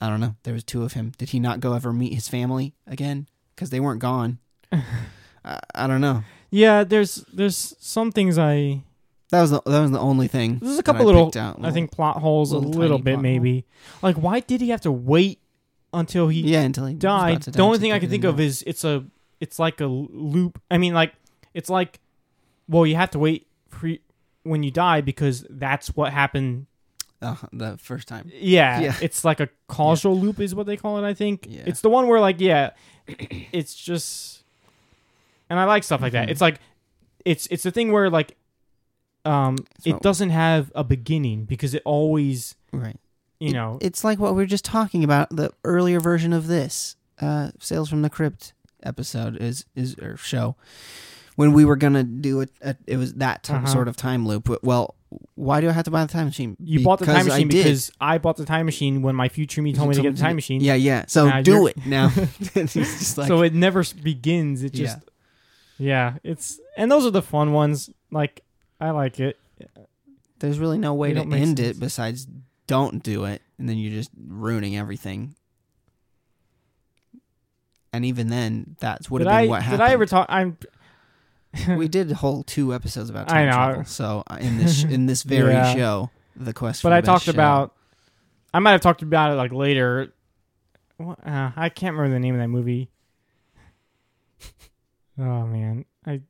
I don't know. There was two of him. Did he not go ever meet his family again? Because they weren't gone. I, I don't know. Yeah, there's there's some things I That was the that was the only thing. There's a that couple I little, picked out. I think, plot holes little a little tiny bit, plot maybe. Like, why did he have to wait until he yeah, until he was about died? to The die only to thing I can give it think in. of is it's a, it's like a l- loop. I mean, like, it's like, well, you have to wait for y- when you die because that's what happened. Uh, Uh-huh, the first time. Yeah, Yeah. it's like a causal loop, is what they call it. I think Yeah. it's the one where, like, yeah, it's just, and I like stuff like that. Mhm. It's like, it's it's a thing where like, um, It's it what- doesn't have a beginning because it always Right. you know it's like what we were just talking about the earlier version of this. uh, Sales from the Crypt episode is is or show when we were gonna do it. At, it was that t- Uh-huh. sort of time loop. But, well, why do I have to buy the time machine? You bought the time I machine did. because I bought the time machine when my future me told me to get the time machine. Yeah, yeah. So Nah, do you're- it now. It's just like- so it never s- begins. It just yeah. It's and those are the fun ones. Like I like it. There's really no way They to don't make end sense. it besides don't do it, and then you're just ruining everything. And even then, that's would did have I been what did happened. I ever talk? I'm we did whole two episodes about I time know. travel. So uh, in this sh- in this very Yeah. show, the quest. for but the I best talked show. about. I might have talked about it like later. What, uh, I can't remember the name of that movie. oh man, I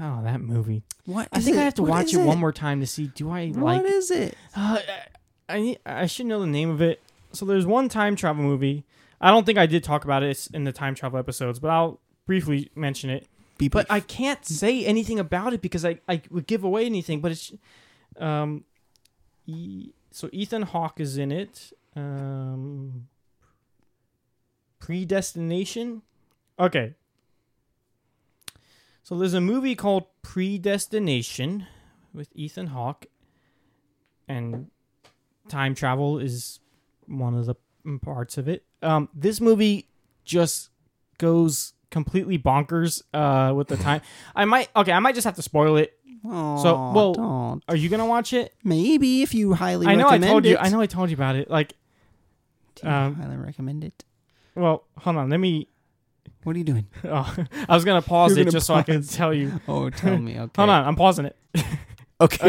oh that movie. what? I is think I it? have to What watch is it, one more time to see. Do I like? What is it? Uh, I I need- I should know the name of it. So there's one time travel movie. I don't think I did talk about it in the time travel episodes, but I'll briefly mention it. Be But brief. I can't say anything about it because I, I would give away anything. But it's um, e- so Ethan Hawke is in it. Um, Predestination. Okay. So there's a movie called Predestination with Ethan Hawke, and time travel is one of the parts of it. Um, this movie just goes completely bonkers uh, with the time. I might okay, I might just have to spoil it. Aw, so, well, don't. Are you gonna watch it? maybe if you highly I know I recommend told you. it. I know I told you about it. Like, Do you um, highly recommend it. well, hold on. Let me. What are you doing? Oh, I was gonna pause You're it gonna just so I could pause. tell you. Oh, tell me. Okay. Hold on, I'm pausing it. Okay,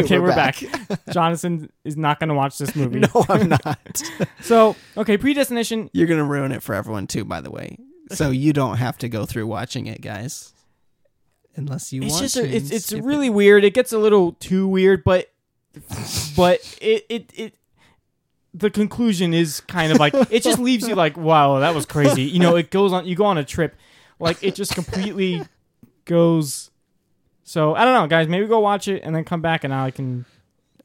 Okay, we're, back. Jonathan is not gonna watch this movie. no, I'm not. So okay, predestination. You're gonna ruin it for everyone too, by the way. So you don't have to go through watching it, guys. Unless you it's want just to. a, it's and it's skip really weird. It gets a little too weird, but but it it it the conclusion is kind of like it just leaves you like wow that was crazy. You know, it goes on. You go on a trip, like it just completely goes. So I don't know, guys. Maybe go watch it and then come back, and I can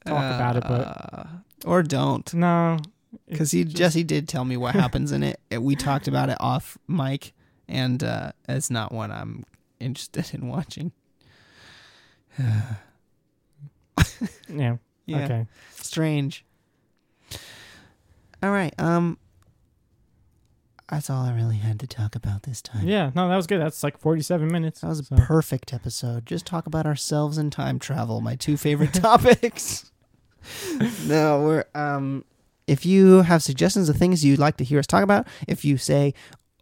talk about it. But Uh, or don't, no, because he Jesse did tell me what happens in it. and We talked about it off mic, and uh, it's not one I'm interested in watching. yeah, Yeah, okay. strange. All right, um, that's all I really had to talk about this time. Yeah, no, that was good. That's like forty-seven minutes. That was a So- perfect episode. Just talk about ourselves and time travel, my two favorite topics. no, we're um if you have suggestions of things you'd like to hear us talk about, if you say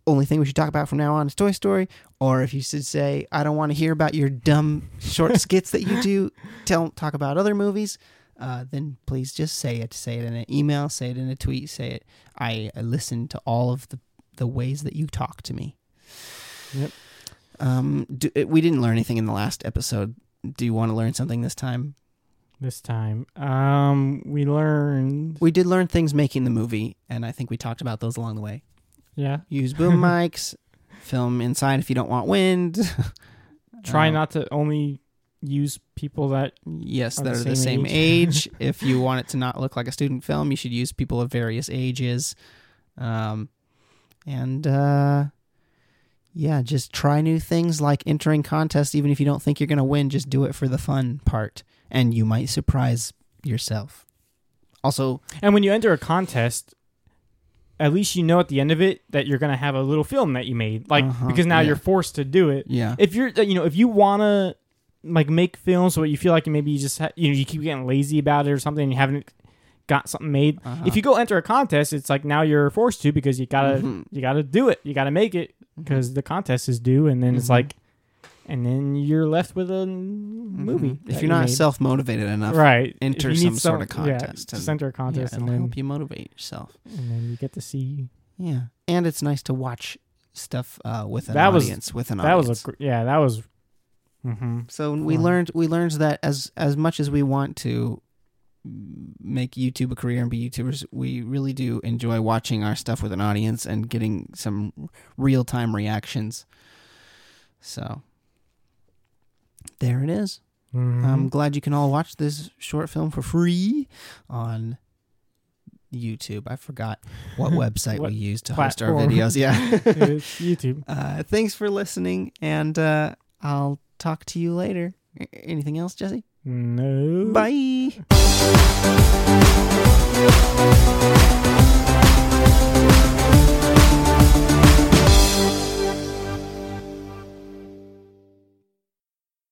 only thing we should talk about from now on is Toy Story, or if you should say I don't want to hear about your dumb short skits that you do, don't talk about other movies, uh, then please just say it. Say it in an email, say it in a tweet, say it. I, I listen to all of the the ways that you talk to me. Yep. Um, do, uh, we didn't learn anything in the last episode. Do you want to learn something this time? this time. Um, we learned. We did learn things making the movie, and I think we talked about those along the way. Yeah, Use boom mics, film inside if you don't want wind. try Um, not to only use people that Yes, Are that the are the same same age. if you want it to not look like a student film, you should use people of various ages. Um, and uh, yeah, just try new things like entering contests, even if you don't think you're going to win. Just do it for the fun part, and you might surprise yourself. Also, And when you enter a contest, at least you know at the end of it that you're going to have a little film that you made. Like Uh-huh, because now yeah. you're forced to do it. yeah, If you're you know, if you want to like make films but you feel like maybe you just ha- you know you keep getting lazy about it or something and you haven't got something made. Uh-huh. If you go enter a contest, it's like now you're forced to because you got to Mhm. you got to do it. You got to make it Mm-hmm. cuz the contest is due and then it's Mhm. like and then you're left with a movie. Mhm. that if you you're not made. self motivated enough, right, enter If you need some sort of yeah, contest just and- enter a yeah, contest it'll and then help you motivate yourself. and then you get to see. Yeah, and it's nice to watch stuff uh, with an That was- audience. with an That audience. was a gr- yeah. That was. Mm-hmm. so we fun. learned we learned that as as much as we want to make YouTube a career and be YouTubers, we really do enjoy watching our stuff with an audience and getting some real time reactions. So there it is. Mm-hmm. Um, I'm glad you can all watch this short film for free on YouTube. I forgot what website What we used to host our platform. videos. Yeah. Mm-hmm. It's YouTube. uh, thanks for listening, and uh, I'll talk to you later. A- Anything else, Jesse? No. Bye.